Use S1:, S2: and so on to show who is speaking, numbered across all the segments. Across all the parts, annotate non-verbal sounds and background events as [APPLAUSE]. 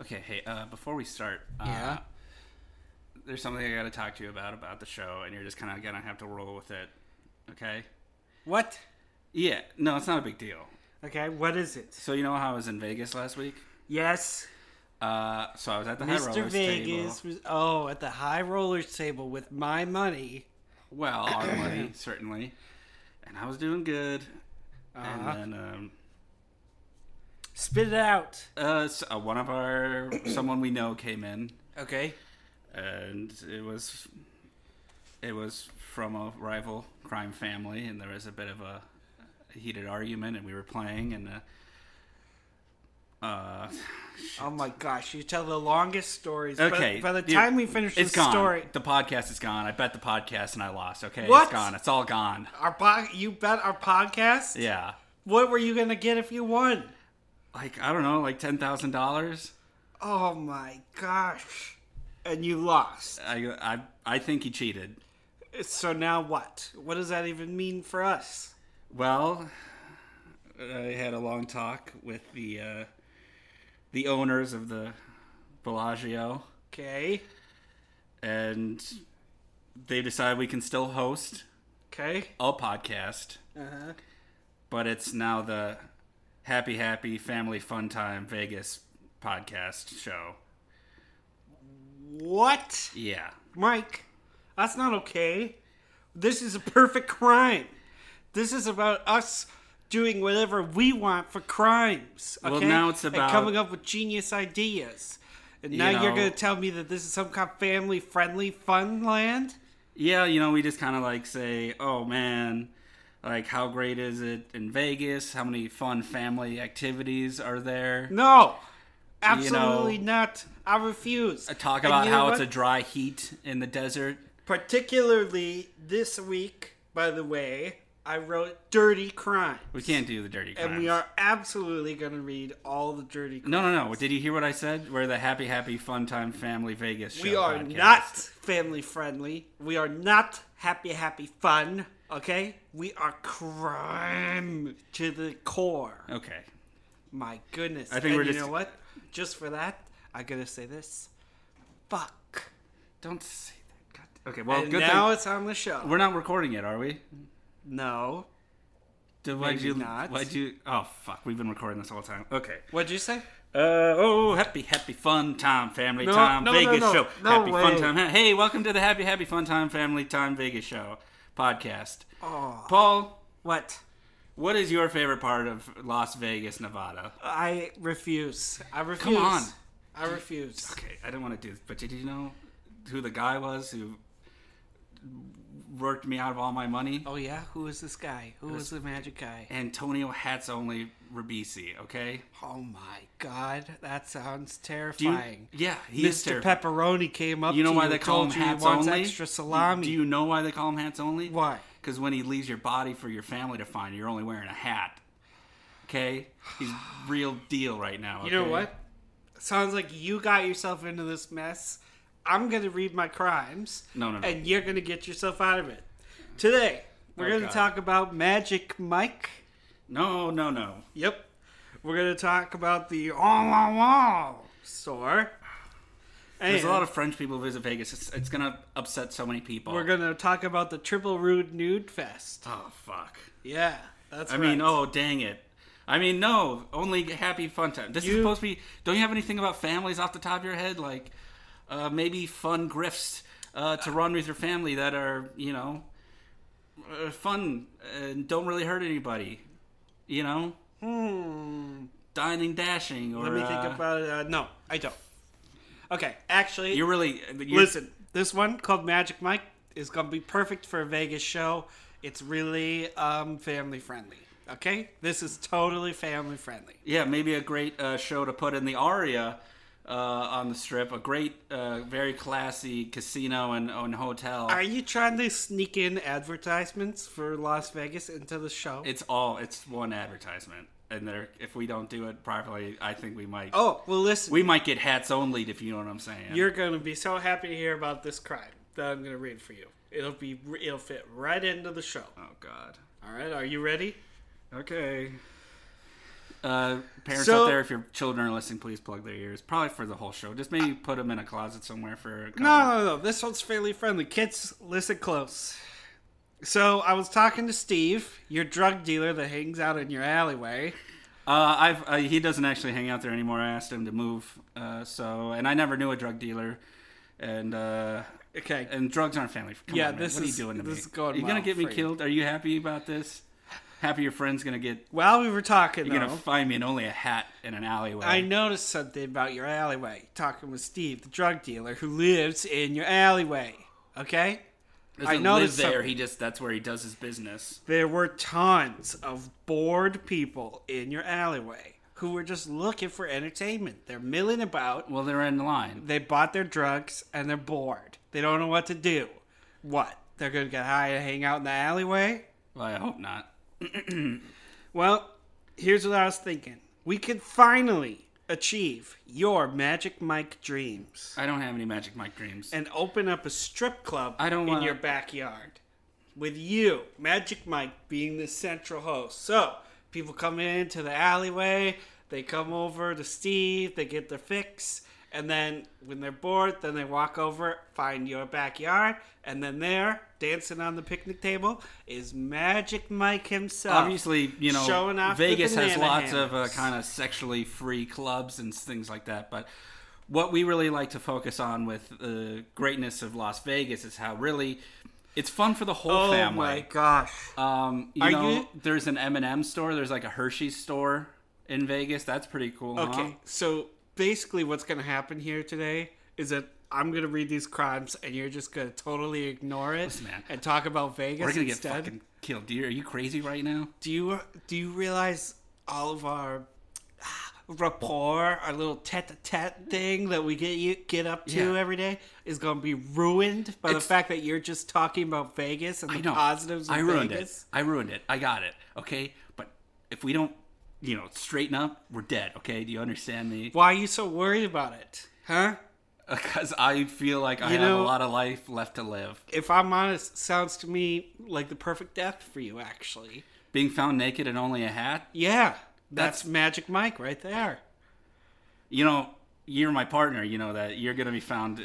S1: Okay, hey, uh, before we start, uh,
S2: Yeah?
S1: there's something I got to talk to you about about the show, and you're just kind of gonna have to roll with it. Okay?
S2: What?
S1: Yeah, no, it's not a big deal.
S2: Okay, what is it?
S1: So you know how I was in Vegas last week?
S2: Yes,
S1: Uh, so I was at the High
S2: Mr.
S1: Rollers
S2: Vegas
S1: table.
S2: was oh at the high rollers table with my money.
S1: Well, our
S2: [COUGHS]
S1: money certainly, and I was doing good.
S2: Uh-huh.
S1: And then um,
S2: Spit it out.
S1: uh, s- uh, one of our someone we know came in,
S2: Okay.
S1: and it was it was from a rival crime family, and there was a bit of a heated argument, and we were playing, and uh, uh,
S2: Oh my gosh, you tell the longest stories. but
S1: okay.
S2: By, the
S1: you-
S2: time we finish
S1: it's
S2: this
S1: gone.
S2: story,
S1: the podcast is gone. I bet the podcast, and I lost. Okay,
S2: What?
S1: it's gone. It's all gone.
S2: our po- you bet our podcast.
S1: Yeah,
S2: What were you gonna get if you won?
S1: like I don't know, like ten thousand dollars.
S2: Oh my gosh. And you lost.
S1: I I I think he cheated.
S2: So now what? What does that even mean for us?
S1: Well, I had a long talk with the uh, the owners of the Bellagio,
S2: Okay.
S1: and they decided we can still host
S2: Okay.
S1: a podcast,
S2: Uh-huh.
S1: but it's now the Happy Happy Family Fun Time Vegas podcast show.
S2: What?
S1: Yeah,
S2: Mike, that's not okay. This is a perfect crime. This is about us doing whatever we want for crimes. Okay?
S1: Well, now it's
S2: and
S1: about-
S2: coming up with genius ideas. And now you are
S1: know-
S2: going to tell me that this is some kind of family friendly fun land?
S1: yeah. You know, we just kind of like say, "Oh man." Like, how great is it in Vegas? How many fun family activities are there?
S2: No, absolutely not. I refuse.
S1: talk
S2: And
S1: about
S2: you know
S1: how it's a
S2: what?
S1: dry heat in the desert.
S2: particularly this week. By the way, I wrote dirty crime,
S1: We can't do the dirty crimes.
S2: and we are absolutely going to read all the dirty. Crimes.
S1: No, no, no. Did you hear what I said? We're the happy, happy, fun time family Vegas show.
S2: We are
S1: podcast.
S2: not family friendly. We are not happy, happy fun. Okay? We are crime to the core.
S1: Okay.
S2: My goodness.
S1: I think
S2: And
S1: we're
S2: you
S1: just-
S2: know what? Just for that, I gotta say this. Fuck.
S1: Don't say that. God. Okay. Well,
S2: and
S1: good
S2: now
S1: thing
S2: it's on the show.
S1: we're not recording it, are we?
S2: No.
S1: Did, why'd
S2: Maybe
S1: you?
S2: not.
S1: Why'd you? Oh fuck! We've been recording this whole time. Okay.
S2: What'd you say?
S1: Uh oh! Happy, happy, fun time family
S2: No,
S1: time
S2: no, no,
S1: Vegas
S2: no.
S1: show.
S2: No
S1: happy fun
S2: way.
S1: time. Hey, welcome to the happy, happy, fun time family time Vegas show podcast.
S2: Oh.
S1: Paul,
S2: What?
S1: what is your favorite part of Las Vegas, Nevada?
S2: I refuse. I refuse.
S1: on.
S2: I refuse.
S1: Okay, I didn't want to do this, but did you know who the guy was who worked me out of all my money?
S2: Oh yeah? Who is this guy? Who is the magic guy?
S1: Antonio Hats Only Ribisi, okay?
S2: Oh my god, that sounds
S1: You-
S2: terrifying.
S1: yeah, he is
S2: Mr.
S1: terrifying.
S2: Pepperoni came up
S1: You know
S2: to
S1: why
S2: you
S1: they
S2: and
S1: call him
S2: told you he
S1: Hats
S2: wants
S1: Only?
S2: extra salami.
S1: Do you know why they call him Hats Only?
S2: Why?
S1: Because when he leaves your body for your family to find, you're only wearing a hat. Okay? He's real deal right now.
S2: You know
S1: okay?
S2: what? Sounds like you got yourself into this mess. I'm going to read my crimes.
S1: No, no, no.
S2: And you're going to get yourself out of it. Today, we're
S1: Oh,
S2: going to
S1: God.
S2: talk about Magic Mike.
S1: No, no, no.
S2: Yep. We're going to talk about the on la la store.
S1: There's a
S2: And
S1: lot of French people who visit Vegas. It's, it's going to upset so many people.
S2: We're going to talk about the Triple Rude Nude Fest.
S1: oh, fuck.
S2: Yeah, that's
S1: I
S2: right.
S1: mean, oh dang it! I mean, no, only happy fun time. This
S2: You-
S1: is supposed to be. Don't you have anything about families off the top of your head? Like uh, maybe fun grifts uh, to run with your family that are you know uh, fun and don't really hurt anybody. You know,
S2: Hmm.
S1: dining, dashing, or
S2: Let me think
S1: uh,
S2: about it. Uh, no, I don't. Okay, actually,
S1: You're really you
S2: listen. This one called Magic Mike is gonna be perfect for a Vegas show. It's really um, family friendly. Okay, this is totally family friendly.
S1: Yeah, maybe a great uh, show to put in the Aria uh, on the strip. A great, uh, very classy casino and, and hotel.
S2: Are you trying to sneak in advertisements for Las Vegas into the show?
S1: It's all. It's one advertisement, and there. If we don't do it properly, I think we might.
S2: oh well, listen.
S1: We might get hats only if you know what I'm saying.
S2: you're gonna be so happy to hear about this crime that I'm gonna read for you. It'll be it'll fit
S1: Uh.
S2: right into the show.
S1: oh God.
S2: All right, are you ready?
S1: Okay. Uh, parents
S2: So-
S1: out there, if your children are listening, please plug their ears. Probably for the whole show. Just maybe put them in a closet somewhere for. A couple-
S2: No, no, no. This one's family friendly. Kids, listen close. So I was talking to Steve, your drug dealer that hangs out in your alleyway.
S1: Uh, I've uh, he doesn't actually hang out there anymore. I asked him to move. Uh, so and I never knew a drug dealer, and uh,
S2: Okay.
S1: and drugs aren't family. Come
S2: Yeah,
S1: on, man.
S2: this
S1: what
S2: is-
S1: are you doing to
S2: this
S1: me?
S2: is going
S1: you
S2: well
S1: gonna get me
S2: for you.
S1: killed? Are you happy about this? Happy your friend's gonna get.
S2: While we were talking,
S1: You're
S2: though,
S1: gonna find me in only a hat in an alleyway.
S2: I noticed something about your alleyway. Talking with Steve, the drug dealer who lives in your alleyway. Okay?
S1: Doesn't
S2: I
S1: live
S2: noticed
S1: there.
S2: something.
S1: He just that's where he does his business.
S2: There were tons of bored people in your alleyway who were just looking for entertainment. They're milling about.
S1: Well, they're in line.
S2: They bought their drugs and they're bored. They don't know what to do. What? They're going to get high and hang out in the alleyway?
S1: Well, I hope not.
S2: Well, here's what I was thinking. We could finally achieve your Magic Mike dreams
S1: I don't have any Magic Mike dreams.
S2: and open up a strip club
S1: I don't
S2: in
S1: wanna-
S2: your backyard with you, Magic Mike, being the central host. So people come into the alleyway, they come over to Steve, they get their fix, and then when they're bored, then they walk over, find your backyard, and then there, dancing on the picnic table, is Magic Mike himself.
S1: Obviously, you
S2: Uh, Showing
S1: know,
S2: off the
S1: Vegas has
S2: banana
S1: lots of uh,
S2: hammers.
S1: kind of sexually free clubs and things like that. But what we really like to focus on with the greatness of Las Vegas is how really it's fun for the whole
S2: Oh my
S1: family.
S2: gosh.
S1: Um, you
S2: Are
S1: know,
S2: you-
S1: there's an M&M store. There's like a Hershey's store in Vegas. That's pretty cool. huh?
S2: Okay, so basically, what's going to happen here today is that I'm going to read these crimes, and you're just going to totally ignore it
S1: man.
S2: and talk about Vegas
S1: we're gonna get
S2: instead.
S1: fucking killed. Dear, are you crazy right now?
S2: Do you do you realize all of our ah, rapport, our little tete-a-tete thing that we get you get up to
S1: Yeah.
S2: every day is going to be ruined by the
S1: It's-
S2: fact that you're just talking about Vegas and
S1: I
S2: the
S1: know.
S2: positives. Of
S1: I ruined
S2: Vegas.
S1: it. I ruined it. I got it. Okay, but if we don't, you know, straighten up, we're dead. Okay, do you understand me?
S2: Why are you so worried about it, huh?
S1: [LAUGHS] Because I feel like I
S2: You
S1: have
S2: know-
S1: a lot of life left to live.
S2: If I'm honest, sounds to me like the perfect death for you, actually.
S1: Being found naked in only a hat.
S2: Yeah, that's, Magic Mike right there.
S1: You know, you're my partner. You know that you're gonna be found uh,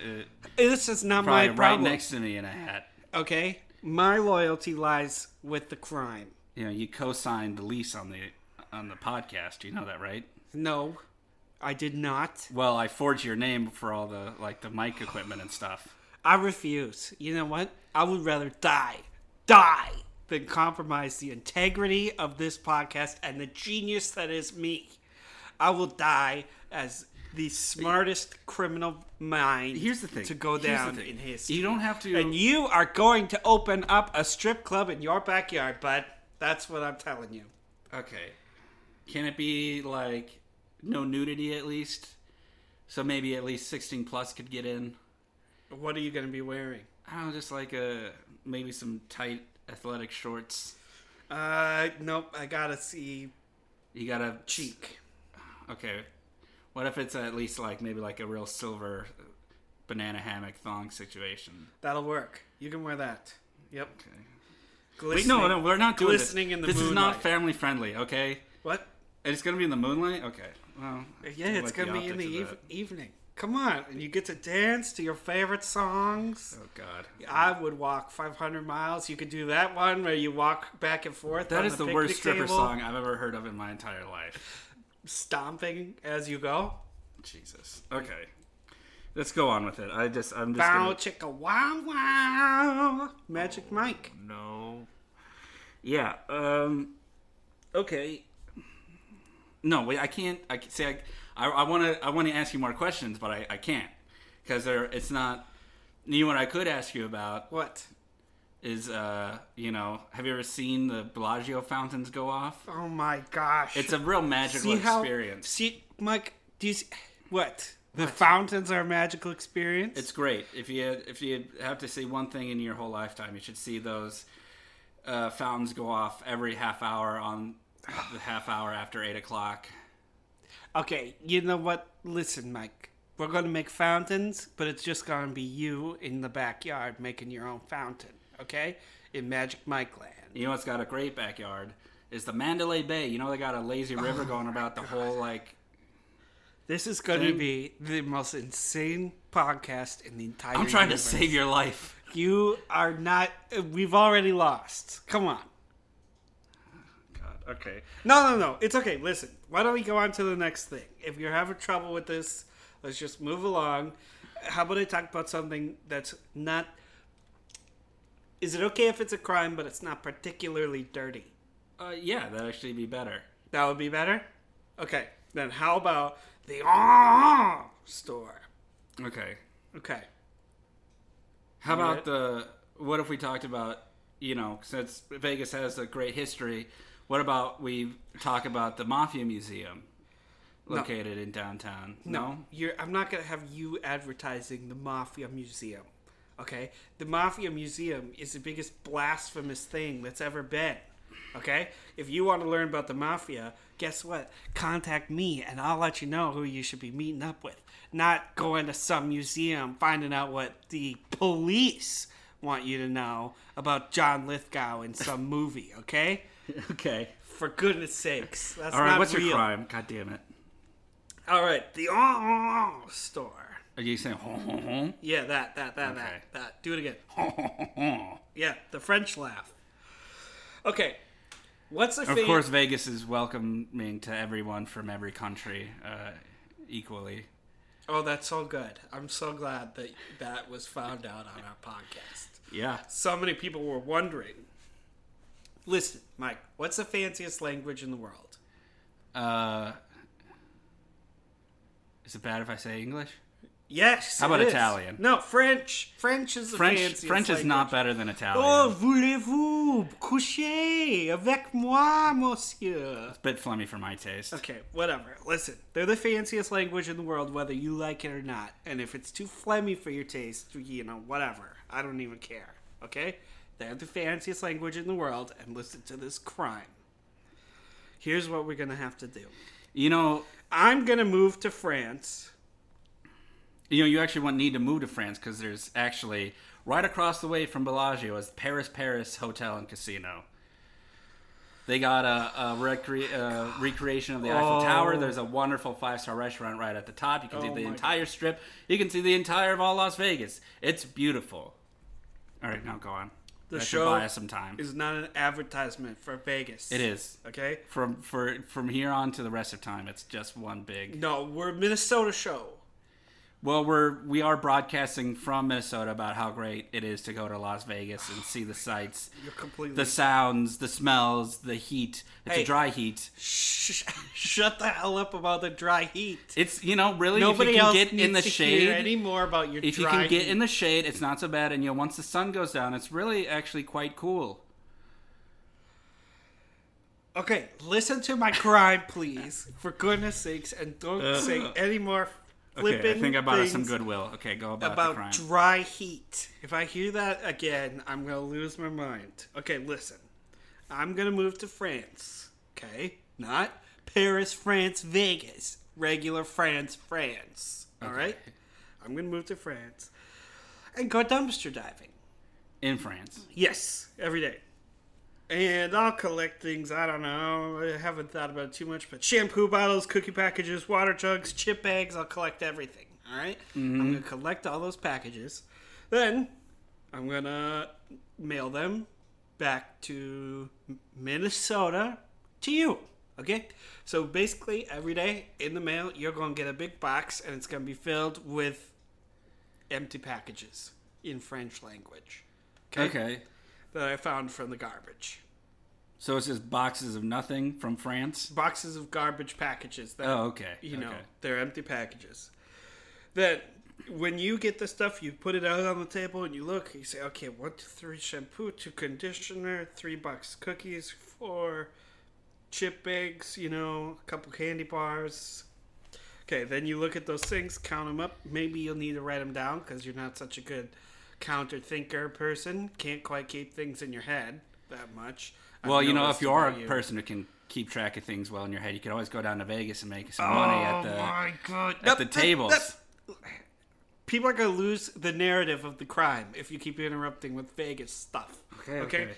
S2: This is not
S1: probably
S2: my
S1: right
S2: problem.
S1: next to me in a hat.
S2: okay, my loyalty lies with the crime.
S1: You know, you co-signed the lease on the on the podcast. You know that, right?
S2: No, I did not.
S1: Well, I forged your name for all the like the mic equipment and
S2: [SIGHS]
S1: stuff.
S2: I refuse. You know what? I would rather die, die, than compromise the integrity of this podcast and the genius that is me. I will die as the smartest criminal mind.
S1: Here's the thing.
S2: to go
S1: Here's the
S2: down
S1: thing.
S2: in history.
S1: You don't have to.
S2: And you are going to open up a strip club in your backyard, bud. That's what I'm telling you.
S1: Okay. Can it be like no nudity at least? So maybe at least 16 plus could get in.
S2: What are you going to be wearing?
S1: I don't know, just like a maybe some tight athletic shorts.
S2: Uh, nope. I gotta see
S1: You got to
S2: cheek.
S1: Okay. What if it's at least like maybe like a real silver uh, banana hammock thong situation?
S2: That'll work. You can wear that. Yep.
S1: Okay. Wait,
S2: Glistening.
S1: no, no, we're not doing
S2: Glistening
S1: this.
S2: in the
S1: this is
S2: moonlight.
S1: not family friendly, okay?
S2: What?
S1: And It's gonna be in the moonlight. Okay. Well,
S2: Yeah, it's
S1: like
S2: gonna be in
S1: optics
S2: the
S1: of
S2: eve-
S1: that.
S2: evening. Come on, and you get to dance to your favorite songs.
S1: Oh God.
S2: I would walk 500 miles. You could do that one where you walk back and forth.
S1: That
S2: on
S1: is the,
S2: picnic
S1: worst stripper
S2: table,
S1: song I've ever heard of in my entire life.
S2: Stomping as you go.
S1: Jesus. Okay. Let's go on with it. I just I'm just
S2: Bow
S1: gonna,
S2: chicka wow wow. Magic Mike.
S1: no. Yeah. Um okay. No, wait, I can't I can say I I want to I want to ask you more questions, but I I can't cuz there it's not you know what I could ask you about
S2: What?
S1: is uh, you know, have you ever seen the Bellagio fountains go off?
S2: Oh my gosh.
S1: It's a real magical
S2: See how-
S1: experience.
S2: See, Mike, do you see, what? The fountains are a magical experience.
S1: It's great. If you if you have to see one thing in your whole lifetime, you should see those uh, fountains go off every half hour on the half hour after eight o'clock.
S2: Okay, you know what? Listen, Mike. We're going to make fountains, but it's just going to be you in the backyard making your own fountain, okay? In Magic Mike Land.
S1: You know what's got a great backyard is the Mandalay Bay. You know they got a lazy river going about Oh the whole like
S2: This is going to
S1: Thing.
S2: be the most insane podcast in the entire.
S1: I'm trying to
S2: universe.
S1: save your life.
S2: You are not. We've already lost. Come on.
S1: God, okay.
S2: No, no, no. It's okay. Listen, why don't we go on to the next thing? If you're having trouble with this, let's just move along. How about I talk about something that's not. Is it okay if it's a crime, but it's not particularly dirty?
S1: Uh, yeah, that'd actually be better.
S2: That would be better? Okay. Then how about the Ah store?
S1: Okay.
S2: Okay.
S1: How about
S2: Right.
S1: the what if we talked about you know since Vegas has a great history, what about we talk about the Mafia Museum located in downtown? No.
S2: You're, I'm not going to have you advertising the Mafia Museum. Okay? The Mafia Museum is the biggest blasphemous thing that's ever been. Okay? If you want to learn about the Mafia, guess what? Contact me and I'll let you know who you should be meeting up with. Not going to some museum finding out what the police want you to know about John Lithgow in some [LAUGHS] movie, okay?
S1: [LAUGHS] Okay.
S2: For goodness sakes. That's
S1: All right.
S2: not
S1: What's
S2: real.
S1: your crime? God damn it.
S2: All right, the uh, store.
S1: Are you saying "Hon, hon, hon"?
S2: Yeah, that, that, that,
S1: Okay.
S2: that, that. Do it again.
S1: Hon, hon, hon.
S2: Yeah, the French laugh. Okay, what's a
S1: Of
S2: fa-
S1: course, Vegas is welcoming to everyone from every country uh, equally.
S2: Oh, that's so good. I'm so glad that that was found out on our podcast.
S1: Yeah.
S2: So many people were wondering. Listen, Mike, what's the fanciest language in the world?
S1: Uh, is it bad if I say English?
S2: Yes.
S1: How about
S2: it is.
S1: Italian?
S2: No, French. French is the
S1: French.
S2: fanciest
S1: French is not
S2: language.
S1: better than Italian.
S2: Oh, voulez-vous coucher avec moi, monsieur?
S1: Bit phlegmy for my taste.
S2: Okay, whatever. Listen, they're the fanciest language in the world, whether you like it or not. And if it's too phlegmy for your taste, you know, whatever. I don't even care. Okay? They're the fanciest language in the world, and listen to this crime. Here's what we're gonna have to do.
S1: You know,
S2: I'm gonna move to France.
S1: you know, you actually wouldn't need to move to France because there's actually right across the way from Bellagio is Paris Paris Hotel and Casino. They got a, a recre- uh, recreation of the Eiffel Tower. There's a wonderful five star restaurant right at the top. You can see
S2: Oh
S1: the
S2: my
S1: entire strip. You can see the entire of all Las Vegas. It's beautiful. All right, now go on.
S2: The
S1: that
S2: show
S1: should buy us some time.
S2: Is not an advertisement for Vegas.
S1: it is
S2: Okay?
S1: from for from here on to the rest of time. It's just one big.
S2: No, we're a Minnesota show.
S1: Well, we're we are broadcasting from Minnesota about how great it is to go to Las Vegas and see the sights,
S2: You're completely [LAUGHS]
S1: the sounds, the smells, the heat. It's
S2: Hey.
S1: a dry heat.
S2: Shh, shut the hell up about the dry heat.
S1: It's you know really
S2: Nobody
S1: if you can
S2: else
S1: get
S2: needs
S1: in the
S2: to
S1: shade.
S2: hear any more about your
S1: if you
S2: dry
S1: can get
S2: heat.
S1: in the shade, it's not so bad. And you know, once the sun goes down, it's really actually quite cool.
S2: Okay, listen to my crime, please, for goodness sakes, and don't say any more flipping
S1: Uh, Okay, I think I bought us some
S2: things
S1: goodwill. Okay, go about, the crime.
S2: about dry heat. If I hear that again, I'm gonna lose my mind. Okay, listen, I'm gonna move to France. Okay, not Paris, France, Vegas, regular France, France. All right, I'm gonna move to France and go dumpster diving.
S1: in France,
S2: Yes, every day. And I'll collect things. I don't know. I haven't thought about it too much, but shampoo bottles, cookie packages, water jugs, chip bags. I'll collect everything. All right? I'm gonna collect all those packages. Then I'm gonna mail them back to Minnesota to you. Okay? So basically, every day in the mail, you're gonna get a big box, and it's gonna be filled with empty packages in French language
S1: okay.
S2: that I found from the garbage.
S1: So it's just boxes of nothing from France.
S2: Boxes of garbage packages that
S1: Oh, okay.
S2: you
S1: okay.
S2: know, they're empty packages. That when you get the stuff, you put it out on the table and you look, you say, okay, one, two, three shampoo, two conditioner, three box cookies, four chip bags, you know, a couple candy bars. Okay, then you look at those things, count them up. Maybe you'll need to write them down because you're not such a good counter thinker person. Can't quite keep things in your head that much. I've
S1: Well, you know, if
S2: noticed
S1: you are
S2: about
S1: a person who can keep track of things well in your head, you could always go down to Vegas and make some money at the.
S2: Oh god!
S1: at the tables.
S2: People are gonna lose the narrative of the crime if you keep interrupting with Vegas stuff.
S1: Okay, okay.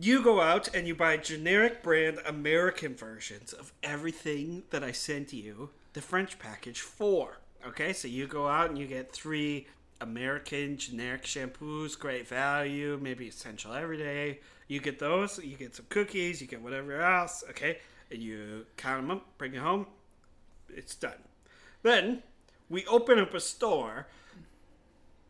S2: You go out and you buy generic brand American versions of everything that I sent you, the French package for. Okay, so you go out and you get three American generic shampoos, great value, maybe essential everyday. You get those, you get some cookies, you get whatever else, okay, and you count them up, bring it home, it's done. Then we open up a store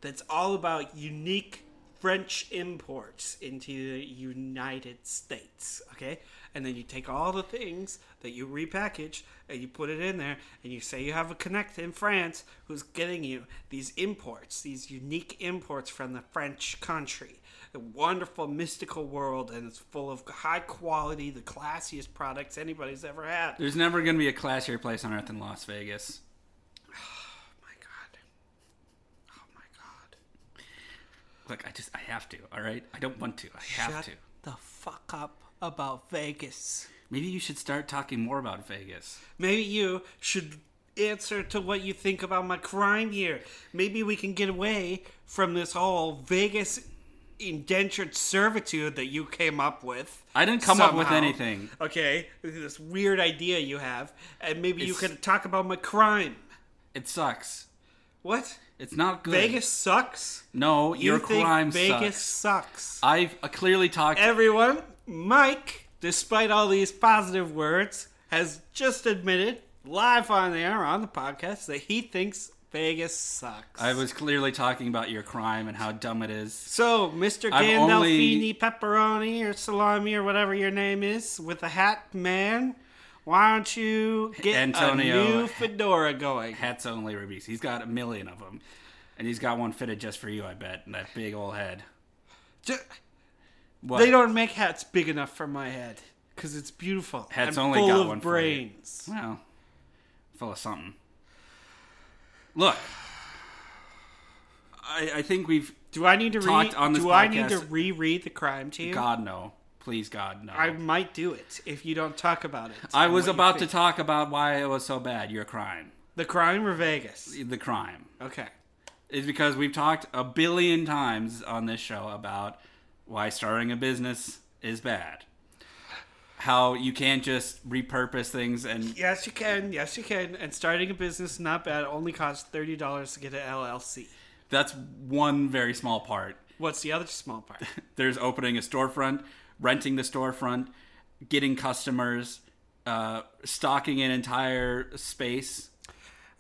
S2: that's all about unique French imports into the United States. Okay? And then you take all the things that you repackage and you put it in there and you say you have a connect in France who's getting you these imports, these unique imports from the French country. A wonderful mystical world and it's full of high quality, the classiest products anybody's ever had.
S1: There's never going to be a classier place on earth than Las Vegas.
S2: Oh my god. Oh my god.
S1: Look, I just I have to. All right, I don't want to. I have
S2: Shut
S1: to.
S2: the fuck up about Vegas.
S1: Maybe you should start talking more about Vegas.
S2: Maybe you should answer to what you think about my crime here. Maybe we can get away from this whole Vegas indentured servitude that you came up with.
S1: I didn't come up with
S2: somehow.
S1: anything.
S2: Okay, this weird idea you have, and maybe you
S1: It's-
S2: can talk about my crime.
S1: It sucks.
S2: What?
S1: It's not good.
S2: Vegas sucks?
S1: No,
S2: You
S1: your
S2: think
S1: crime
S2: Vegas
S1: sucks.
S2: sucks.
S1: I've uh, clearly talked.
S2: Everyone, Mike, despite all these positive words, has just admitted live on the air on the podcast that he thinks Vegas sucks.
S1: I was clearly talking about your crime and how dumb it is.
S2: so, Mr.
S1: I've
S2: Gandolfini Pepperoni or Salami or whatever your name is with the hat man, why don't you get
S1: Antonio.
S2: a new fedora going?
S1: Hats only rubies. He's got a million of them, and he's got one fitted just for you. I bet. And that big old head.
S2: Ju-
S1: What?
S2: They don't make hats big enough for my head because it's beautiful.
S1: Hats
S2: and
S1: only
S2: full
S1: got
S2: of
S1: one for you.
S2: brains.
S1: Well, full of something. Look, I, I think we've.
S2: Do I need to read?
S1: talked on this
S2: do I need to
S1: podcast-
S2: reread the crime to you?
S1: God no, please God no.
S2: I might do it if you don't talk about it.
S1: I
S2: and
S1: was
S2: what you
S1: about to
S2: think.
S1: talk about why it was so bad. Your crime,
S2: the crime or Vegas.
S1: the crime,
S2: Okay.
S1: is because we've talked a billion times on this show about why starting a business is bad. How you can't just repurpose things and
S2: Yes, you can. Yes, you can. And starting a business not bad. Only costs thirty dollars to get an LLC.
S1: that's one very small part.
S2: What's the other small part?
S1: [LAUGHS] There's opening a storefront, renting the storefront, getting customers, uh, stocking an entire space.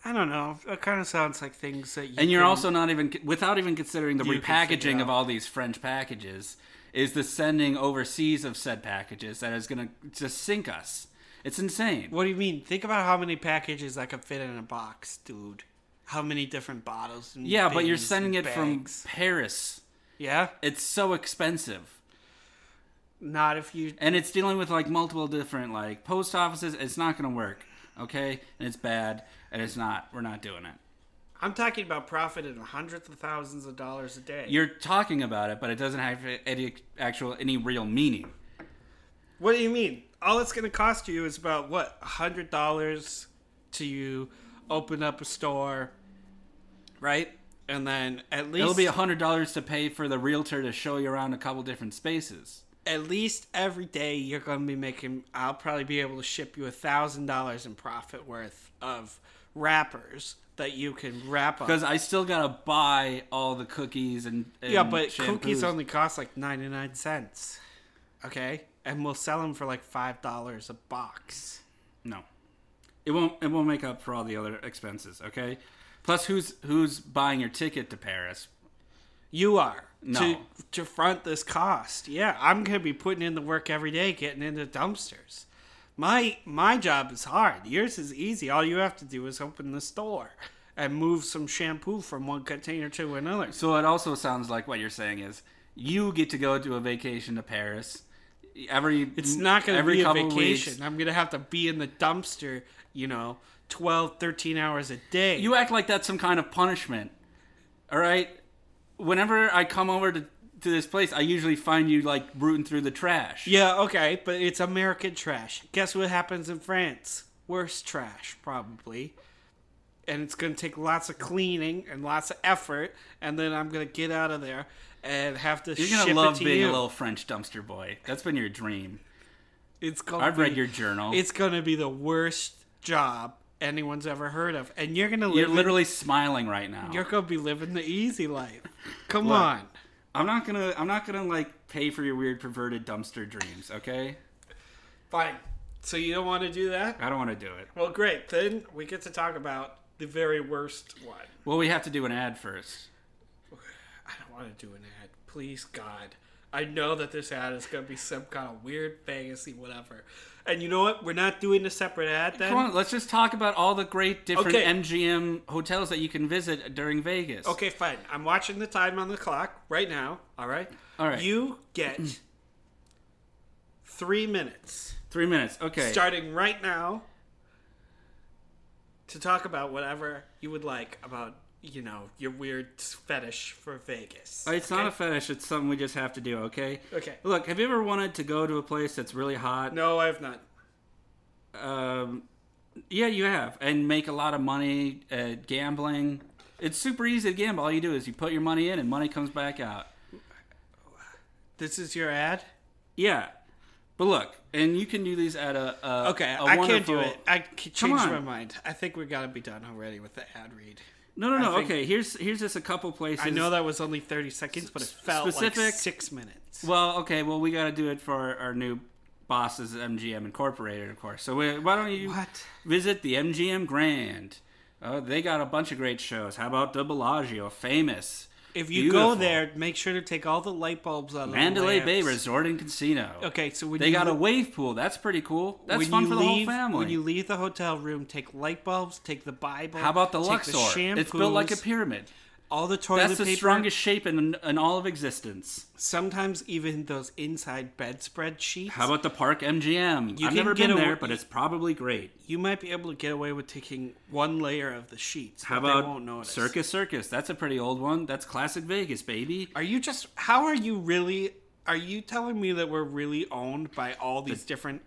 S2: I don't know. It kind of sounds like things that you.
S1: And you're
S2: can-
S1: also not even without even considering the
S2: You can figure
S1: repackaging
S2: out.
S1: of all these French packages is the sending overseas of said packages that is going to just sink us. It's insane.
S2: What do you mean? Think about how many packages I could fit in a box, dude. How many different bottles? And
S1: yeah, but you're
S2: things
S1: sending it
S2: and
S1: from
S2: bags.
S1: Paris.
S2: Yeah,
S1: It's so expensive.
S2: not if you.
S1: And it's dealing with like multiple different like post offices. It's not going to work. Okay? And it's bad and it's not we're not doing it.
S2: I'm talking about profiting hundreds of thousands of dollars a day.
S1: You're talking about it, but it doesn't have any actual any real meaning.
S2: What do you mean? All it's going to cost you is about what a hundred dollars to you open up a store, right? And then at least
S1: It'll be hundred dollars to pay for the realtor to show you around a couple different spaces.
S2: at least every day you're going to be making. I'll probably be able to ship you a thousand dollars in profit worth of wrappers that you can wrap up.
S1: Because I still gotta buy all the cookies and, and
S2: Yeah, but cookies
S1: mm, shampoos.
S2: only cost like ninety nine cents. Okay, and we'll sell them for like five dollars a box.
S1: no, it won't it won't make up for all the other expenses. Okay, plus who's who's buying your ticket to Paris?
S2: You are
S1: No.
S2: to to front this cost. Yeah, I'm gonna be putting in the work every day, getting into dumpsters. My my job is hard. Yours is easy. All you have to do is open the store and move some shampoo from one container to another.
S1: So it also sounds like what you're saying is you get to go to a vacation to Paris every.
S2: It's not gonna
S1: every
S2: be a
S1: couple
S2: vacation.
S1: Weeks.
S2: I'm gonna have to be in the dumpster. You know, 12, 13 hours a day.
S1: You act like that's some kind of punishment. All right. Whenever I come over to to this place, I usually find you like rooting through the trash.
S2: Yeah, okay, but it's American trash. Guess what happens in France? Worse trash, probably. And it's going to take lots of cleaning and lots of effort, and then I'm going to get out of there and have to
S1: You're gonna
S2: ship
S1: love
S2: it to
S1: being
S2: you.
S1: a little French dumpster boy. That's been your dream.
S2: It's called.
S1: I've read your journal.
S2: It's gonna be the worst job anyone's ever heard of, and you're gonna live.
S1: You're
S2: it-
S1: literally smiling right now.
S2: you're gonna be living the easy life. Come on.
S1: I'm not gonna. I'm not gonna like pay for your weird perverted dumpster dreams. Okay,
S2: Fine. So you don't want to do that?
S1: I don't want to do it.
S2: Well, great. Then we get to talk about the very worst one.
S1: Well, we have to do an ad first.
S2: I don't want to do an ad. Please, God. I know that this ad is going to be some kind of weird fantasy, whatever. And you know what? We're not doing a separate ad then.
S1: Come on, let's just talk about all the great different
S2: Okay.
S1: MGM hotels that you can visit during Vegas.
S2: Okay, fine. I'm watching the time on the clock right now. All right.
S1: All right. Mm.
S2: You get three minutes,
S1: three minutes. Okay,
S2: starting right now, to talk about whatever you would like about, you know, your weird fetish for Vegas.
S1: it's not a fetish. It's something we just have to do. Okay.
S2: Okay.
S1: Look, have you ever wanted to go to a place that's really hot?
S2: No, I have not.
S1: Um, yeah, you have, and make a lot of money at gambling. It's super easy to gamble. All you do is you put your money in, and money comes back out.
S2: This is your ad?
S1: Yeah, but look, and you can do these at a, a
S2: Okay,
S1: I
S2: I can't do it. I c- changed
S1: on.
S2: my mind. I think we got to be done already with the ad read.
S1: No, no, no.
S2: I think-
S1: okay, here's here's just a couple places.
S2: I know that was only 30 seconds, but it felt like
S1: specific-
S2: six minutes.
S1: Well, okay, well we got to do it for our, our new bosses, MGM Incorporated, of course. So we, why don't you
S2: What?
S1: visit the MGM Grand? Uh, they got a bunch of great shows. How about the Bellagio, famous?
S2: If you
S1: beautiful.
S2: go there, make sure to take all the light bulbs out of
S1: Mandalay
S2: the
S1: Bay
S2: lamps.
S1: Resort and Casino.
S2: Okay, so when
S1: They
S2: you
S1: got a
S2: le-
S1: wave pool. That's pretty cool. That's
S2: when
S1: fun
S2: you
S1: for the
S2: leave,
S1: whole family.
S2: When you leave the hotel room, take light bulbs, take the Bible.
S1: How about the
S2: take
S1: Luxor?
S2: shampoos,
S1: it's built like a pyramid.
S2: all the toilet
S1: That's the
S2: paper.
S1: strongest shape in, in all of existence.
S2: Sometimes even those inside bedspread sheets.
S1: How about the Park MGM?
S2: You
S1: I've
S2: can
S1: never
S2: get
S1: been
S2: a-
S1: there, but it's probably great.
S2: you might be able to get away with taking one layer of the sheets.
S1: How
S2: but
S1: about
S2: they won't notice.
S1: Circus Circus? That's a pretty old one. That's classic Vegas, baby.
S2: Are you just? How are you really? Are you telling me that we're really owned by all these different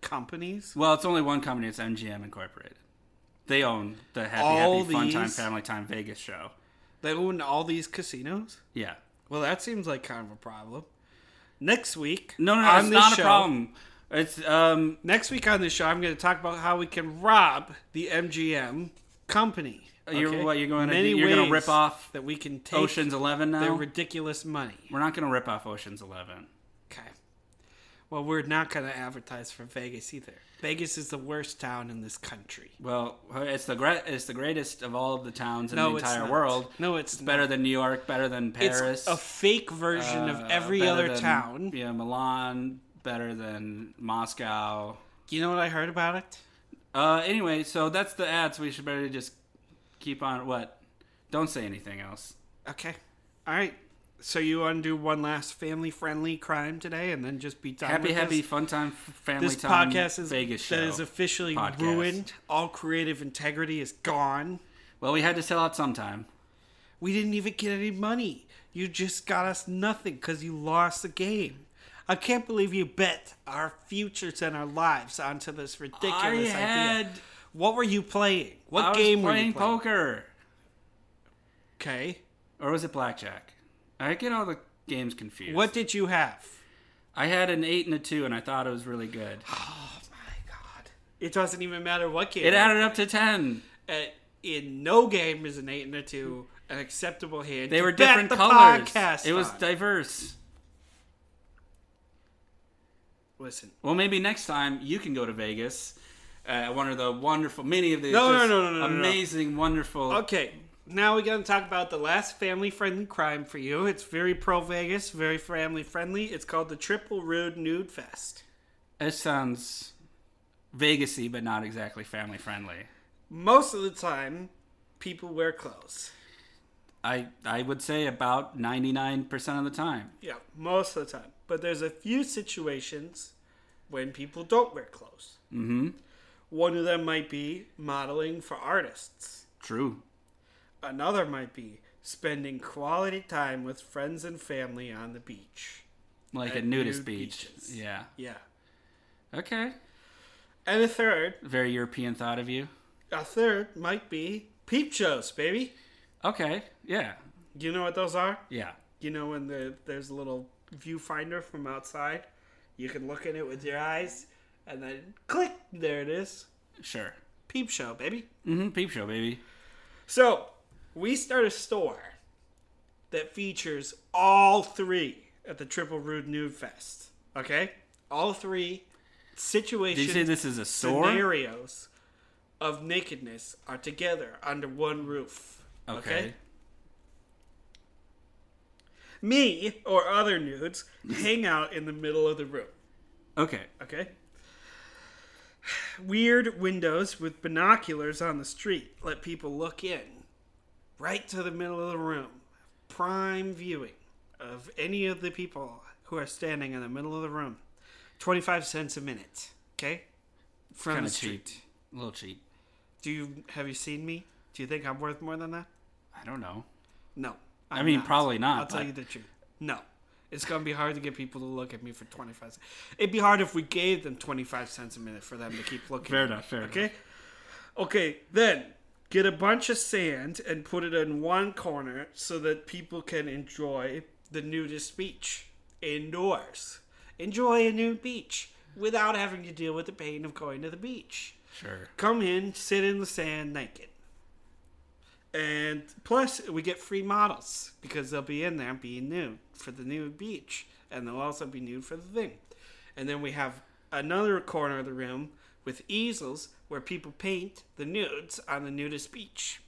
S2: companies?
S1: Well, it's only one company. It's MGM Incorporated. They own the Happy
S2: All
S1: Happy Fun Time
S2: these?
S1: Family Time Vegas show.
S2: They own all these casinos.
S1: Yeah.
S2: Well, that seems like kind of a problem. Next week,
S1: No, no, no.
S2: on
S1: it's
S2: this
S1: not
S2: show-
S1: a problem. It's um.
S2: Next week on this show, I'm going to talk about how we can rob the MGM company.
S1: Oh, You're,
S2: okay?
S1: what you're going to?
S2: Many
S1: You're going
S2: ways
S1: to rip off
S2: that we can take
S1: Ocean's Eleven now.
S2: their ridiculous money.
S1: We're not going to rip off Ocean's Eleven.
S2: Okay. Well, we're not going to advertise for Vegas either. Vegas is the worst town in this country.
S1: Well, it's the great, it's the greatest of all the towns in
S2: No,
S1: the
S2: it's
S1: entire
S2: not.
S1: world.
S2: No, it's,
S1: It's better than New York, better than
S2: It's
S1: Paris,
S2: a fake version
S1: uh,
S2: of every
S1: better
S2: other
S1: than,
S2: town.
S1: Yeah, Milan, better than Moscow.
S2: You know what I heard about it?
S1: Uh, anyway, so that's the ads. We should better just keep on. What? Don't say anything else.
S2: Okay. All right. So you want to do one last family-friendly crime today, and then just be done.
S1: Happy,
S2: with
S1: happy,
S2: This?
S1: fun time, f- family
S2: This
S1: time.
S2: podcast is
S1: Vegas show.
S2: that is officially
S1: podcast.
S2: ruined. All creative integrity is gone.
S1: well, we had to sell out sometime.
S2: We didn't even get any money. You just got us nothing because you lost the game. I can't believe you bet our futures and our lives onto this ridiculous
S1: I
S2: idea.
S1: had.
S2: What were you playing? What
S1: I was
S2: game were you
S1: playing
S2: playing?
S1: poker.
S2: Okay.
S1: or was it blackjack? I get all the games confused.
S2: What did you have?
S1: I had an eight and a two, and I thought it was really good.
S2: [SIGHS] Oh my god! It doesn't even matter what game.
S1: It added up to ten.
S2: Uh, in no game is an eight and a two an acceptable hand.
S1: They
S2: to
S1: were
S2: bet
S1: different
S2: the
S1: colors.
S2: Podcast
S1: It was
S2: on.
S1: diverse.
S2: listen.
S1: Well, maybe next time you can go to Vegas. Uh, one of the wonderful, many of the
S2: No, no,
S1: just
S2: no, no, no, no, no.
S1: amazing, wonderful.
S2: Okay, now we're gonna talk about the last family-friendly crime for you. It's very pro Vegas, very family-friendly. It's called the Triple Rude Nude Fest.
S1: It sounds Vegasy, but not exactly family friendly.
S2: Most of the time, people wear clothes.
S1: I I would say about ninety nine percent of the time.
S2: Yeah, most of the time. But there's a few situations when people don't wear clothes. Mm-hmm. One of them might be modeling for artists.
S1: True.
S2: Another might be spending quality time with friends and family on the beach.
S1: Like
S2: At
S1: a nudist
S2: nude
S1: beach.
S2: beaches.
S1: Yeah.
S2: Yeah.
S1: Okay.
S2: And a third,
S1: Very European thought of you.
S2: a third might be peep shows, baby.
S1: Okay. Yeah.
S2: You know what those are?
S1: Yeah.
S2: you know when the there's a little viewfinder from outside, you can look at it with your eyes, and then click, there it is.
S1: Sure.
S2: Peep show, baby.
S1: Mm-hmm. Peep show, baby.
S2: So we start a store that features all three at the Triple Rude Nude Fest. Okay, all three
S1: Did you say
S2: situations,
S1: this is a store?
S2: scenarios of nakedness are together under one roof.
S1: Okay.
S2: me or other nudes hang out in the middle of the room.
S1: Okay.
S2: Okay. Weird windows with binoculars on the street let people look in right to the middle of the room. Prime viewing of any of the people who are standing in the middle of the room. 25 cents a minute. Okay? From
S1: Kind
S2: the
S1: of
S2: street.
S1: cheap. A little cheap.
S2: Do you have you seen me? Do you think I'm worth more than that?
S1: I don't know.
S2: No.
S1: i
S2: I'm
S1: mean,
S2: not.
S1: probably not.
S2: I'll tell
S1: but-
S2: you the truth. No. It's going to be hard to get people to look at me for 25 cents. It'd be hard if we gave them 25 cents a minute for them to keep looking.
S1: Fair
S2: at me,
S1: enough, fair
S2: Okay? Okay, then get a bunch of sand and put it in one corner so that people can enjoy the nudist beach indoors. Enjoy a nude beach without having to deal with the pain of going to the beach
S1: Sure.
S2: come in, sit in the sand naked. And plus, we get free models because they'll be in there being nude for the nude beach, and they'll also be nude for the thing. And then we have another corner of the room with easels where people paint the nudes on the nudist beach.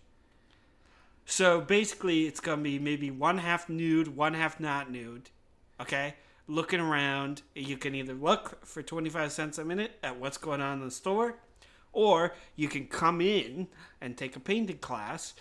S2: So basically, it's gonna be maybe one half nude, one half not nude. Okay, looking around, you can either look for twenty five cents a minute at what's going on in the store, or you can come in and take a painting class.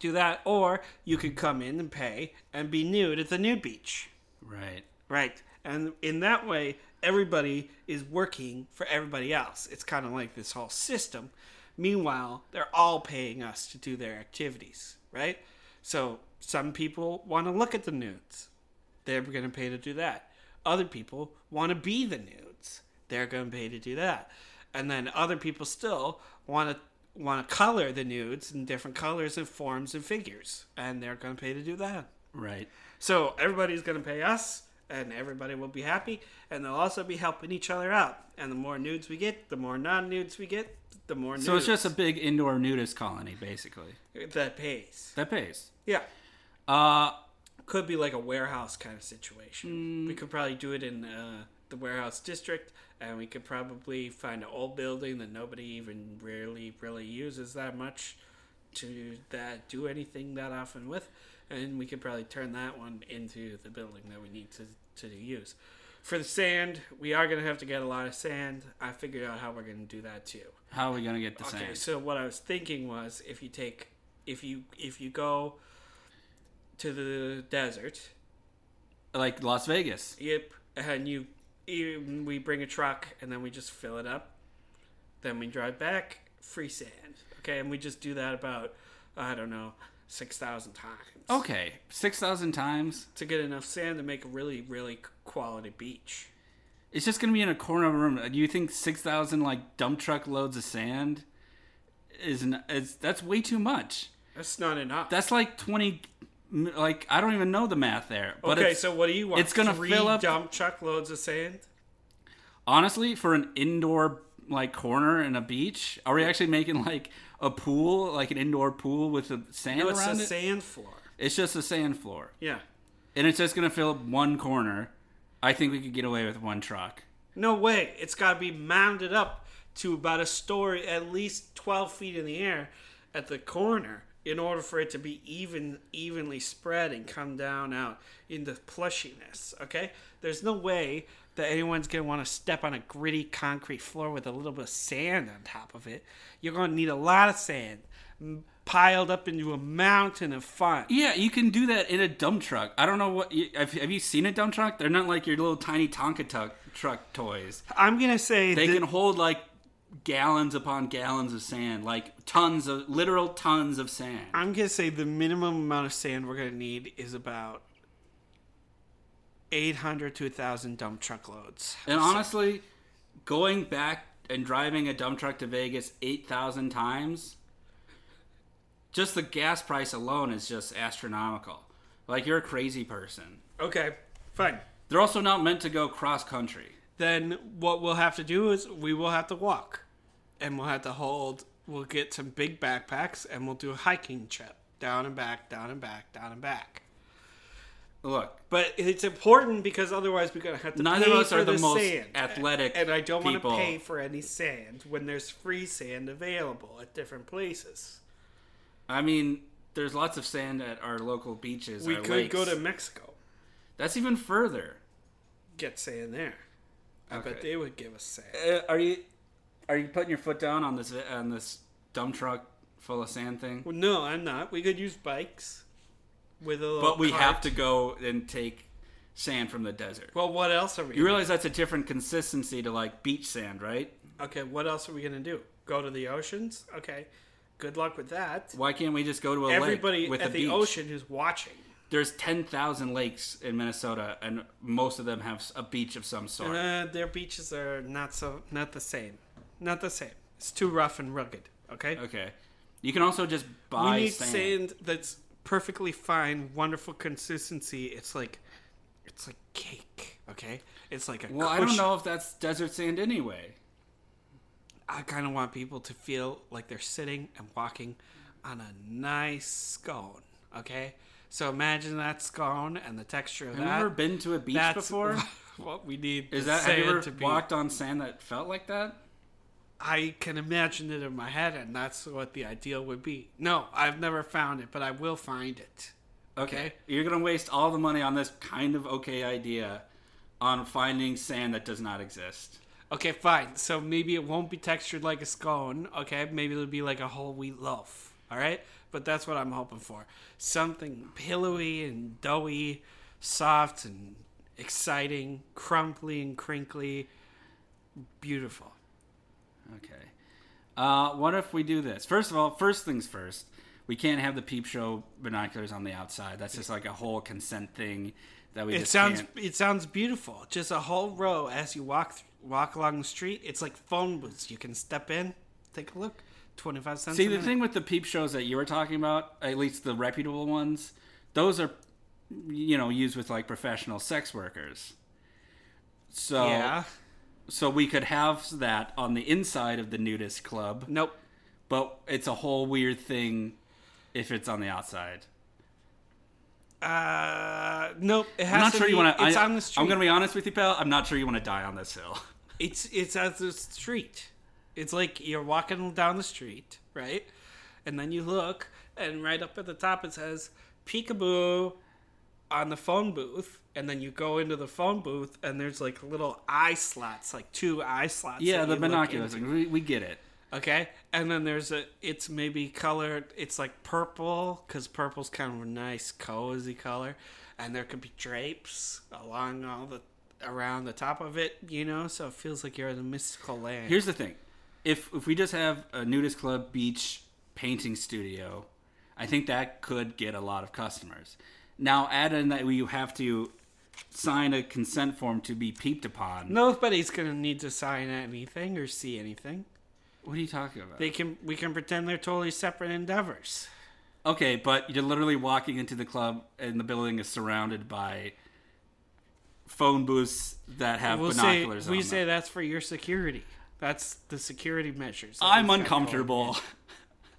S2: Do that, or you can come in and pay and be nude at the nude beach.
S1: Right.
S2: Right. And in that way, everybody is working for everybody else. It's kind of like this whole system. Meanwhile, they're all paying us to do their activities, right? So some people want to look at the nudes. They're going to pay to do that. Other people want to be the nudes. They're going to pay to do that. And then other people still want to want to color the nudes in different colors and forms and figures, and they're going to pay to do that.
S1: Right.
S2: So everybody's going to pay us, and everybody will be happy, and they'll also be helping each other out. And the more nudes we get, the more non nudes we get, the more nudes
S1: So it's just a big indoor nudist colony, basically.
S2: that pays.
S1: That pays.
S2: Yeah,
S1: Uh,
S2: could be like a warehouse kind of situation. We could probably do it in uh, the warehouse district, and we could probably find an old building that nobody even really really uses that much to that do anything that often with, and we could probably turn that one into the building that we need to to use. For the sand, we are gonna have to get a lot of sand. I figured out how we're gonna do that too.
S1: how are we gonna get the
S2: Okay,
S1: same?
S2: so what I was thinking was if you take if you if you go to the desert,
S1: Like Las Vegas.
S2: yep, and you, you we bring a truck and then we just fill it up. Then we drive back, free sand. Okay, and we just do that about I don't know, 6,000 times.
S1: Okay, six thousand times.
S2: To get enough sand to make a really really quality beach.
S1: It's just gonna be in a corner of a room. Uh, Do you think six thousand like dump truck loads of sand is an, is that's way too much?
S2: That's not enough.
S1: That's like twenty. m- Like I don't even know the math there. But
S2: okay,
S1: it's,
S2: so what do you want?
S1: it's gonna
S2: Three
S1: fill up-
S2: dump truck loads of sand?
S1: honestly, for an indoor like corner and a beach, are we actually making like a pool, like an indoor pool with the sand
S2: No, it's a
S1: around it?
S2: sand floor.
S1: It's just a sand floor,
S2: Yeah.
S1: and it's just gonna fill up one corner. I think we could get away with one truck.
S2: No way. It's got to be mounded up to about a story, at least 12 feet in the air at the corner in order for it to be even evenly spread and come down out into plushiness, okay? There's no way that anyone's going to want to step on a gritty concrete floor with a little bit of sand on top of it. You're going to need a lot of sand m- piled up into a mountain of fun.
S1: Yeah, you can do that in a dump truck. I don't know what. You, have, have you seen a dump truck? They're not like your little tiny Tonka tuck, truck toys.
S2: I'm going to say
S1: They
S2: that-
S1: can hold like gallons upon gallons of sand, like tons of literal tons of sand.
S2: I'm gonna say the minimum amount of sand we're gonna need is about 800 to 1,000 dump truck loads.
S1: And honestly, going back and driving a dump truck to Vegas eight thousand times, just the gas price alone is just astronomical. Like you're a crazy person.
S2: Okay, fine.
S1: They're also not meant to go cross country.
S2: Then what we'll have to do is we will have to walk, and we'll have to hold. We'll get some big backpacks, and we'll do a hiking trip down and back, down and back, down and back.
S1: Look,
S2: But it's important because otherwise we're gonna have to.
S1: Neither
S2: pay
S1: of us
S2: for
S1: are the most
S2: sand.
S1: athletic
S2: and I don't want to
S1: people.
S2: pay for any sand when there's free sand available at different places.
S1: I mean, there's lots of sand at our local beaches.
S2: we
S1: our
S2: could
S1: lakes.
S2: go to Mexico,
S1: That's even further.
S2: get sand there. I bet
S1: Okay.
S2: they would give us sand.
S1: Uh, are you are you putting your foot down on this on this dump truck full of sand thing?
S2: Well, no, I'm not. We could use bikes with a. Little
S1: But we
S2: cart.
S1: have to go and take sand from the desert.
S2: Well, what else are we?
S1: You realize that's a different consistency to like beach sand, right?
S2: okay, what else are we gonna do? Go to the oceans? Okay, good luck with that.
S1: Why can't we just go to a
S2: Everybody
S1: lake with
S2: at
S1: a
S2: the
S1: beach?
S2: ocean is watching,
S1: There's 10,000 lakes in Minnesota and most of them have s- a beach of some sort.
S2: uh, their beaches are not so not the same, not the same. It's too rough and rugged. Okay,
S1: Okay. You can also just
S2: we
S1: buy
S2: need
S1: sand.
S2: sand. that's perfectly fine, wonderful consistency. It's like, it's like cake. Okay, it's like a.
S1: Well, I don't
S2: cushion.
S1: know if that's desert sand anyway.
S2: I kind of want people to feel like they're sitting and walking on a nice scone. Okay, so imagine that scone and the texture of
S1: Have you
S2: that.
S1: ever been to a beach
S2: that's
S1: before?
S2: [LAUGHS] what we need.
S1: Is
S2: the
S1: that have you
S2: sand
S1: ever
S2: to be.
S1: walked on sand that felt like that?
S2: I can imagine it in my head, and that's what the ideal would be. No, I've never found it, but I will find it. Okay.
S1: You're gonna waste all the money on this kind of okay idea on finding sand that does not exist.
S2: Okay, fine. So maybe it won't be textured like a scone. Okay, maybe it'll be like a whole wheat loaf. All right, but that's what I'm hoping for. Something pillowy and doughy, soft and exciting, crumply and crinkly, beautiful.
S1: Okay. Uh, what if we do this? First of all, first things first, we can't have the peep show binoculars on the outside. That's just like a whole consent thing that we
S2: It
S1: just
S2: sounds
S1: can't.
S2: it sounds beautiful. Just a whole row as you walk th- walk along the street. It's like phone booths. You can step in, take a look. Twenty five cents.
S1: See,
S2: a
S1: the
S2: minute.
S1: thing with the peep shows that you were talking about, at least the reputable ones, those are, you know, used with like professional sex workers. So,
S2: Yeah.
S1: so we could have that on the inside of the nudist club,
S2: Nope.
S1: but it's a whole weird thing if it's on the outside.
S2: Uh, nope. It has
S1: I'm not
S2: to
S1: sure
S2: be,
S1: you want to.
S2: It's on the street.
S1: I'm going to be honest with you, pal. I'm not sure you want to die on this hill.
S2: It's it's at the street. It's like you're walking down the street, right? And then you look, and right up at the top it says "Peekaboo" on the phone booth. And then you go into the phone booth, and there's like little eye slots, like two eye slots.
S1: Yeah,
S2: that
S1: the
S2: you look
S1: binoculars.
S2: into.
S1: We, we get it.
S2: Okay, and then there's a. It's maybe colored. It's like purple because purple's kind of a nice, cozy color, and there could be drapes along all the around the top of it. You know, so it feels like you're in a mystical land.
S1: Here's the thing: if if we just have a nudist club, beach, painting studio, I think that could get a lot of customers. Now, add in that you have to sign a consent form to be peeped upon.
S2: Nobody's gonna need to sign anything or see anything.
S1: What are you talking about?
S2: They can. We can pretend they're totally separate endeavors.
S1: okay, but you're literally walking into the club, and the building is surrounded by phone booths that have
S2: We'll say
S1: binoculars. on
S2: we
S1: them.
S2: say that's for your security. That's the security measures. that
S1: I'm
S2: we've got going.
S1: uncomfortable [LAUGHS]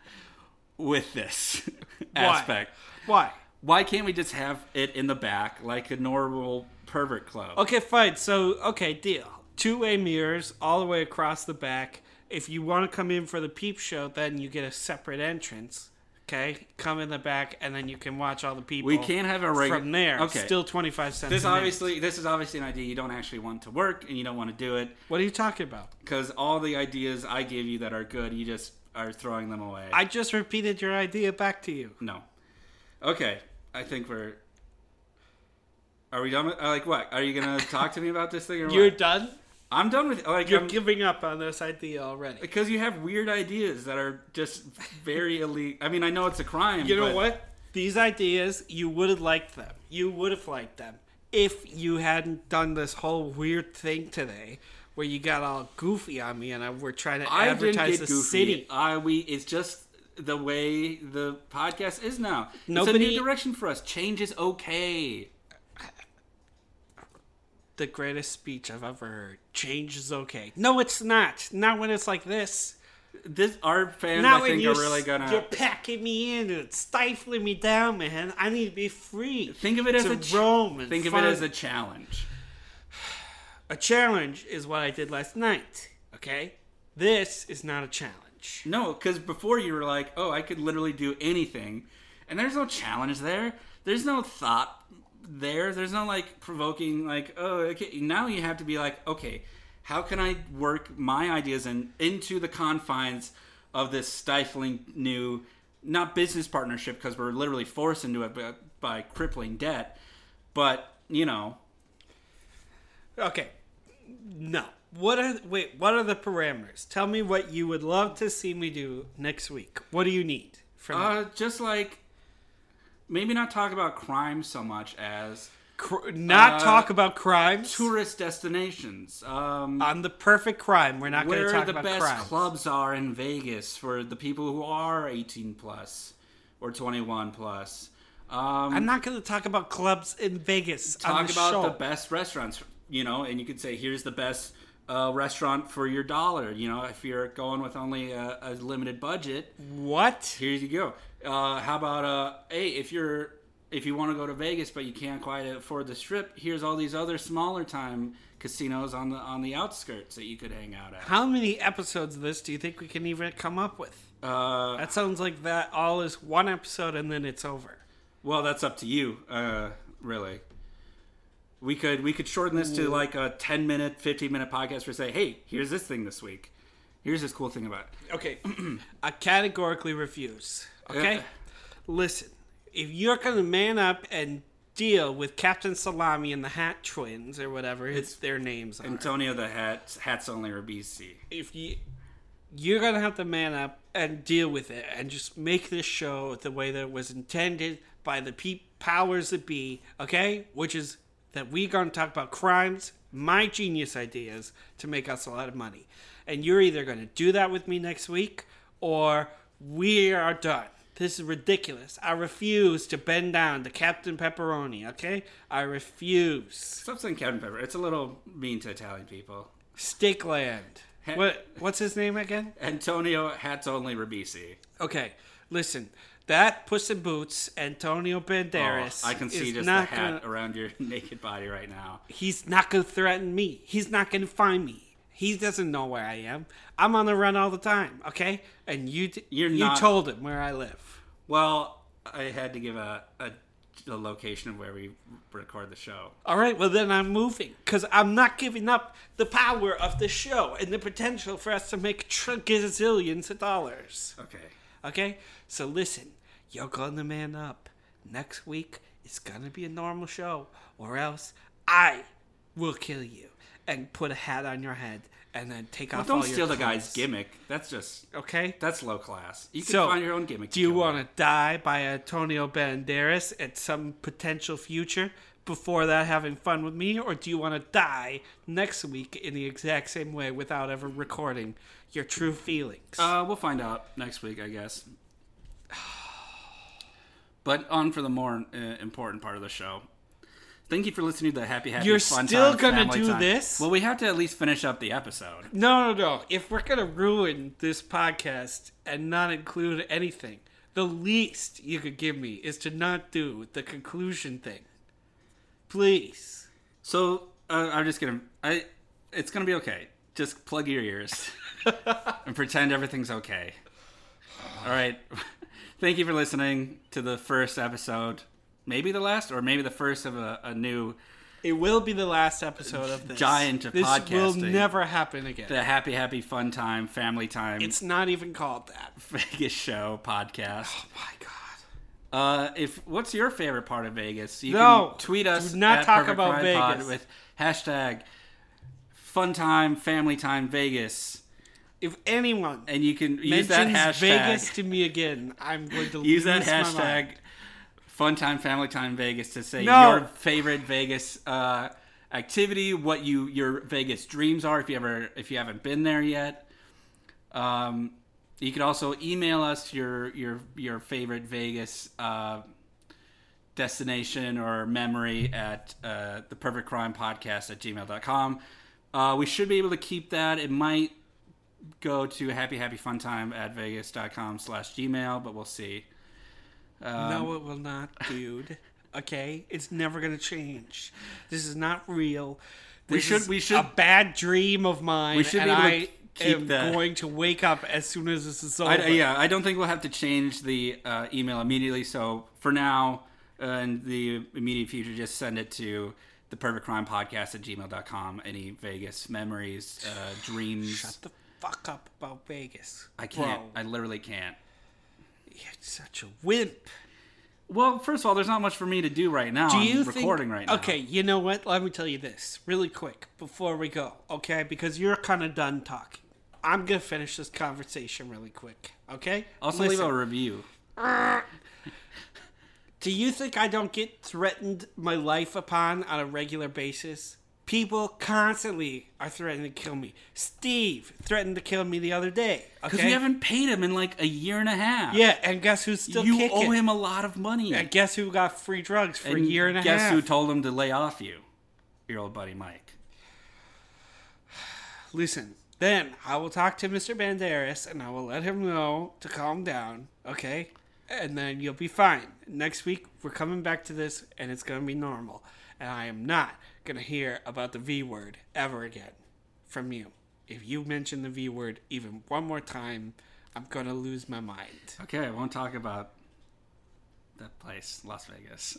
S1: with this
S2: Why?
S1: aspect.
S2: Why?
S1: Why can't we just have it in the back like a normal pervert club?
S2: Okay, fine. So, okay, deal. Two way mirrors all the way across the back. If you want to come in for the peep show, then you get a separate entrance. Okay, come in the back, and then you can watch all the people.
S1: We can't have a regular
S2: from there.
S1: Okay,
S2: still twenty five cents.
S1: this
S2: a minute.
S1: obviously this is obviously an idea you don't actually want to work and you don't want to do it
S2: What are you talking about?
S1: because all the ideas I give you that are good, you just are throwing them away.
S2: I just repeated your idea back to you.
S1: no. Okay, I think we're. Are we done? With, uh, like what? Are you
S2: [LAUGHS]
S1: gonna talk to me about this thing or
S2: You're
S1: what?
S2: done.
S1: I'm done with like
S2: You're
S1: I'm-
S2: giving up on this idea already.
S1: Because you have weird ideas that are just very [LAUGHS] elite. I mean, I know it's a crime.
S2: You know
S1: but-
S2: what? These ideas, you would have liked them. You would have liked them if you hadn't done this whole weird thing today, where you got all goofy on me and I were trying to
S1: I didn't
S2: advertise
S1: get
S2: the
S1: goofy.
S2: city.
S1: I we it's just the way the podcast is now.
S2: Nobody-
S1: it's a new direction for us. Change is okay.
S2: the greatest speech I've ever heard. Change is okay. No, it's not. Not when it's like this.
S1: This our fans
S2: Not
S1: I
S2: when
S1: think
S2: you're,
S1: are really gonna
S2: you're packing me in and stifling me down, man. I need to be free.
S1: think of it as
S2: to
S1: a ch-
S2: roam and
S1: think of it
S2: find-
S1: as a challenge.
S2: a challenge is what I did last night. Okay, this is not a challenge.
S1: No, because before you were like, oh, I could literally do anything, and there's no challenge there. There's no thought there. There's no like provoking like, oh, okay. Now you have to be like, okay, how can I work my ideas and into the confines of this stifling new, not business partnership because we're literally forced into it by, by crippling debt, but you know,
S2: Okay, no. What are wait? What are the parameters? Tell me what you would love to see me do next week. What do you need from me?
S1: uh, just like maybe not talk about crime so much as
S2: Cr- not
S1: uh,
S2: talk about crimes.
S1: tourist destinations. Um,
S2: on the perfect crime. We're not going to
S1: where
S2: talk
S1: the
S2: about
S1: best
S2: crime.
S1: clubs are in Vegas for the people who are 18 plus or 21 plus. Um,
S2: I'm not going to talk about clubs in Vegas. on
S1: talk
S2: the
S1: about
S2: show.
S1: the best restaurants, you know, and you could say here's the best uh, restaurant for your dollar. You know, if you're going with only a, a limited budget,
S2: Mm. what?
S1: here you go. Uh, how about uh, hey, if you're if you want to go to Vegas but you can't quite afford the Strip, here's all these other smaller time casinos on the on the outskirts that you could hang out at.
S2: How many episodes of this do you think we can even come up with?
S1: Uh,
S2: That sounds like that all is one episode and then it's over.
S1: Well, that's up to you, uh, really. We could we could shorten this to like a ten minute, fifteen minute podcast where say, hey, here's this thing this week. Here's this cool thing about. It.
S2: Okay. [CLEARS THROAT] I categorically refuse. Okay?
S1: Yeah.
S2: Listen, if you're going to man up and deal with Captain Salami and the Hat Twins or whatever it's, their names are.
S1: Antonio the Hat, hats only or BC.
S2: if you you're gonna have to man up and deal with it and just make this show the way that it was intended by the pe- powers that be okay which is that we're gonna talk about crimes my genius ideas to make us a lot of money and you're either gonna do that with me next week or we are done this is ridiculous i refuse to bend down to captain pepperoni okay i refuse
S1: Stop saying Captain Pepper. It's a little mean to Italian people.
S2: steakland what, what's his name again
S1: Antonio hats only Ribisi.
S2: Okay, listen. That Puss in Boots, Antonio Banderas.
S1: Oh, I can see
S2: is
S1: just the
S2: not
S1: hat
S2: gonna-
S1: around your [LAUGHS] naked body right now.
S2: he's not going to threaten me. He's not going to find me. He doesn't know where I am. I'm on the run all the time. Okay, and you d-
S1: You're
S2: you
S1: not-
S2: told him where I live.
S1: Well, I had to give a, a, a location of where we record the show.
S2: All right, well then I'm moving because I'm not giving up the power of the show and the potential for us to make tr- gazillions of dollars.
S1: Okay.
S2: Okay? So listen, you're gonna man up. Next week it's gonna be a normal show, or else I will kill you and put a hat on your head and then take off
S1: Don't
S2: all your
S1: steal the guy's
S2: clothes.
S1: gimmick. That's just
S2: Okay?
S1: That's low class. You can
S2: So,
S1: find your own gimmick.
S2: Do you
S1: kill
S2: want to die by Antonio Banderas at some potential future before that having fun with me, or do you want to die next week in the exact same way without ever recording your true feelings?
S1: it. Uh, we'll find out next week, I guess. But on for the more uh, important part of the show. Thank you for listening to the Happy Happy
S2: You're
S1: Fun
S2: still
S1: Times
S2: gonna
S1: Family
S2: do
S1: Time.
S2: this?
S1: Well, we have to at least finish up the episode.
S2: No, no, no. If we're going to ruin this podcast and not include anything, the least you could give me is to not do the conclusion thing. Please.
S1: So uh, I'm just gonna. I. It's gonna be okay. Just plug your
S2: [LAUGHS]
S1: ears and pretend everything's okay. All right. [LAUGHS] Thank you for listening to the first episode, maybe the last, or maybe the first of a, a new
S2: It will be the last episode of this.
S1: Giant of
S2: this will
S1: podcasting.
S2: never happen again.
S1: the happy happy fun time family time
S2: it's not even called that.
S1: [LAUGHS] vegas show podcast
S2: Oh my god.
S1: uh if what's your favorite part of vegas you
S2: No.
S1: can tweet us
S2: Do not
S1: at
S2: talk
S1: Perfect
S2: about
S1: Crime Pod
S2: Vegas.
S1: with hashtag fun time family time vegas
S2: If anyone
S1: and you can use
S2: mentions
S1: that hashtag
S2: Vegas to me again, I'm going to
S1: use that
S2: lose my mind.
S1: hashtag fun time family time vegas to say
S2: No.
S1: your favorite vegas uh activity what you your vegas dreams are if you ever if you haven't been there yet um You can also email us your your your favorite Vegas uh, destination or memory at uh, the perfect crime podcast at gmail.com. Uh, we should be able to keep that. It might go to happy happy fun time at vegas.com slash gmail, but we'll see. Um,
S2: no, it will not, dude. Okay, it's never gonna change. This is not real.
S1: We
S2: This
S1: should-
S2: is
S1: we should-
S2: a bad dream of mine.
S1: We should be
S2: and
S1: able to
S2: I
S1: keep
S2: am
S1: that.
S2: going to wake up as soon as this is over.
S1: I, yeah, I don't think we'll have to change the uh, email immediately. So for now, uh, in the immediate future, just send it to the perfect crime podcast at gmail.com. Any Vegas memories,
S2: [SIGHS]
S1: uh, dreams.
S2: Shut the fuck up about Vegas.
S1: I can't.
S2: Bro,
S1: I literally can't.
S2: you're such a wimp.
S1: Well, first of all, there's not much for me to do right now.
S2: Do you
S1: I'm
S2: think-
S1: recording right now.
S2: Okay, you know what? Let me tell you this really quick before we go, okay? Because you're kind of done talking. I'm gonna finish this conversation really quick, okay?
S1: Also,
S2: Listen.
S1: leave a review.
S2: Do you think I don't get threatened my life upon on a regular basis? People constantly are threatening to kill me. Steve threatened to kill me the other day.
S1: Because
S2: Okay.
S1: we haven't paid him in like a year and a half.
S2: yeah, and guess who's still
S1: you
S2: kicking?
S1: owe him a lot of money.
S2: And guess who got free drugs for a
S1: And
S2: year and a
S1: guess
S2: half?
S1: who told him to lay off you? Your old buddy Mike.
S2: Listen, then I will talk to Mr. Banderas and I will let him know to calm down, okay? And then you'll be fine. Next week, we're coming back to this and it's going to be normal. And I am not going to hear about the V word ever again from you. If you mention the V word even one more time, I'm going to lose my mind.
S1: Okay, I won't talk about that place, Las Vegas.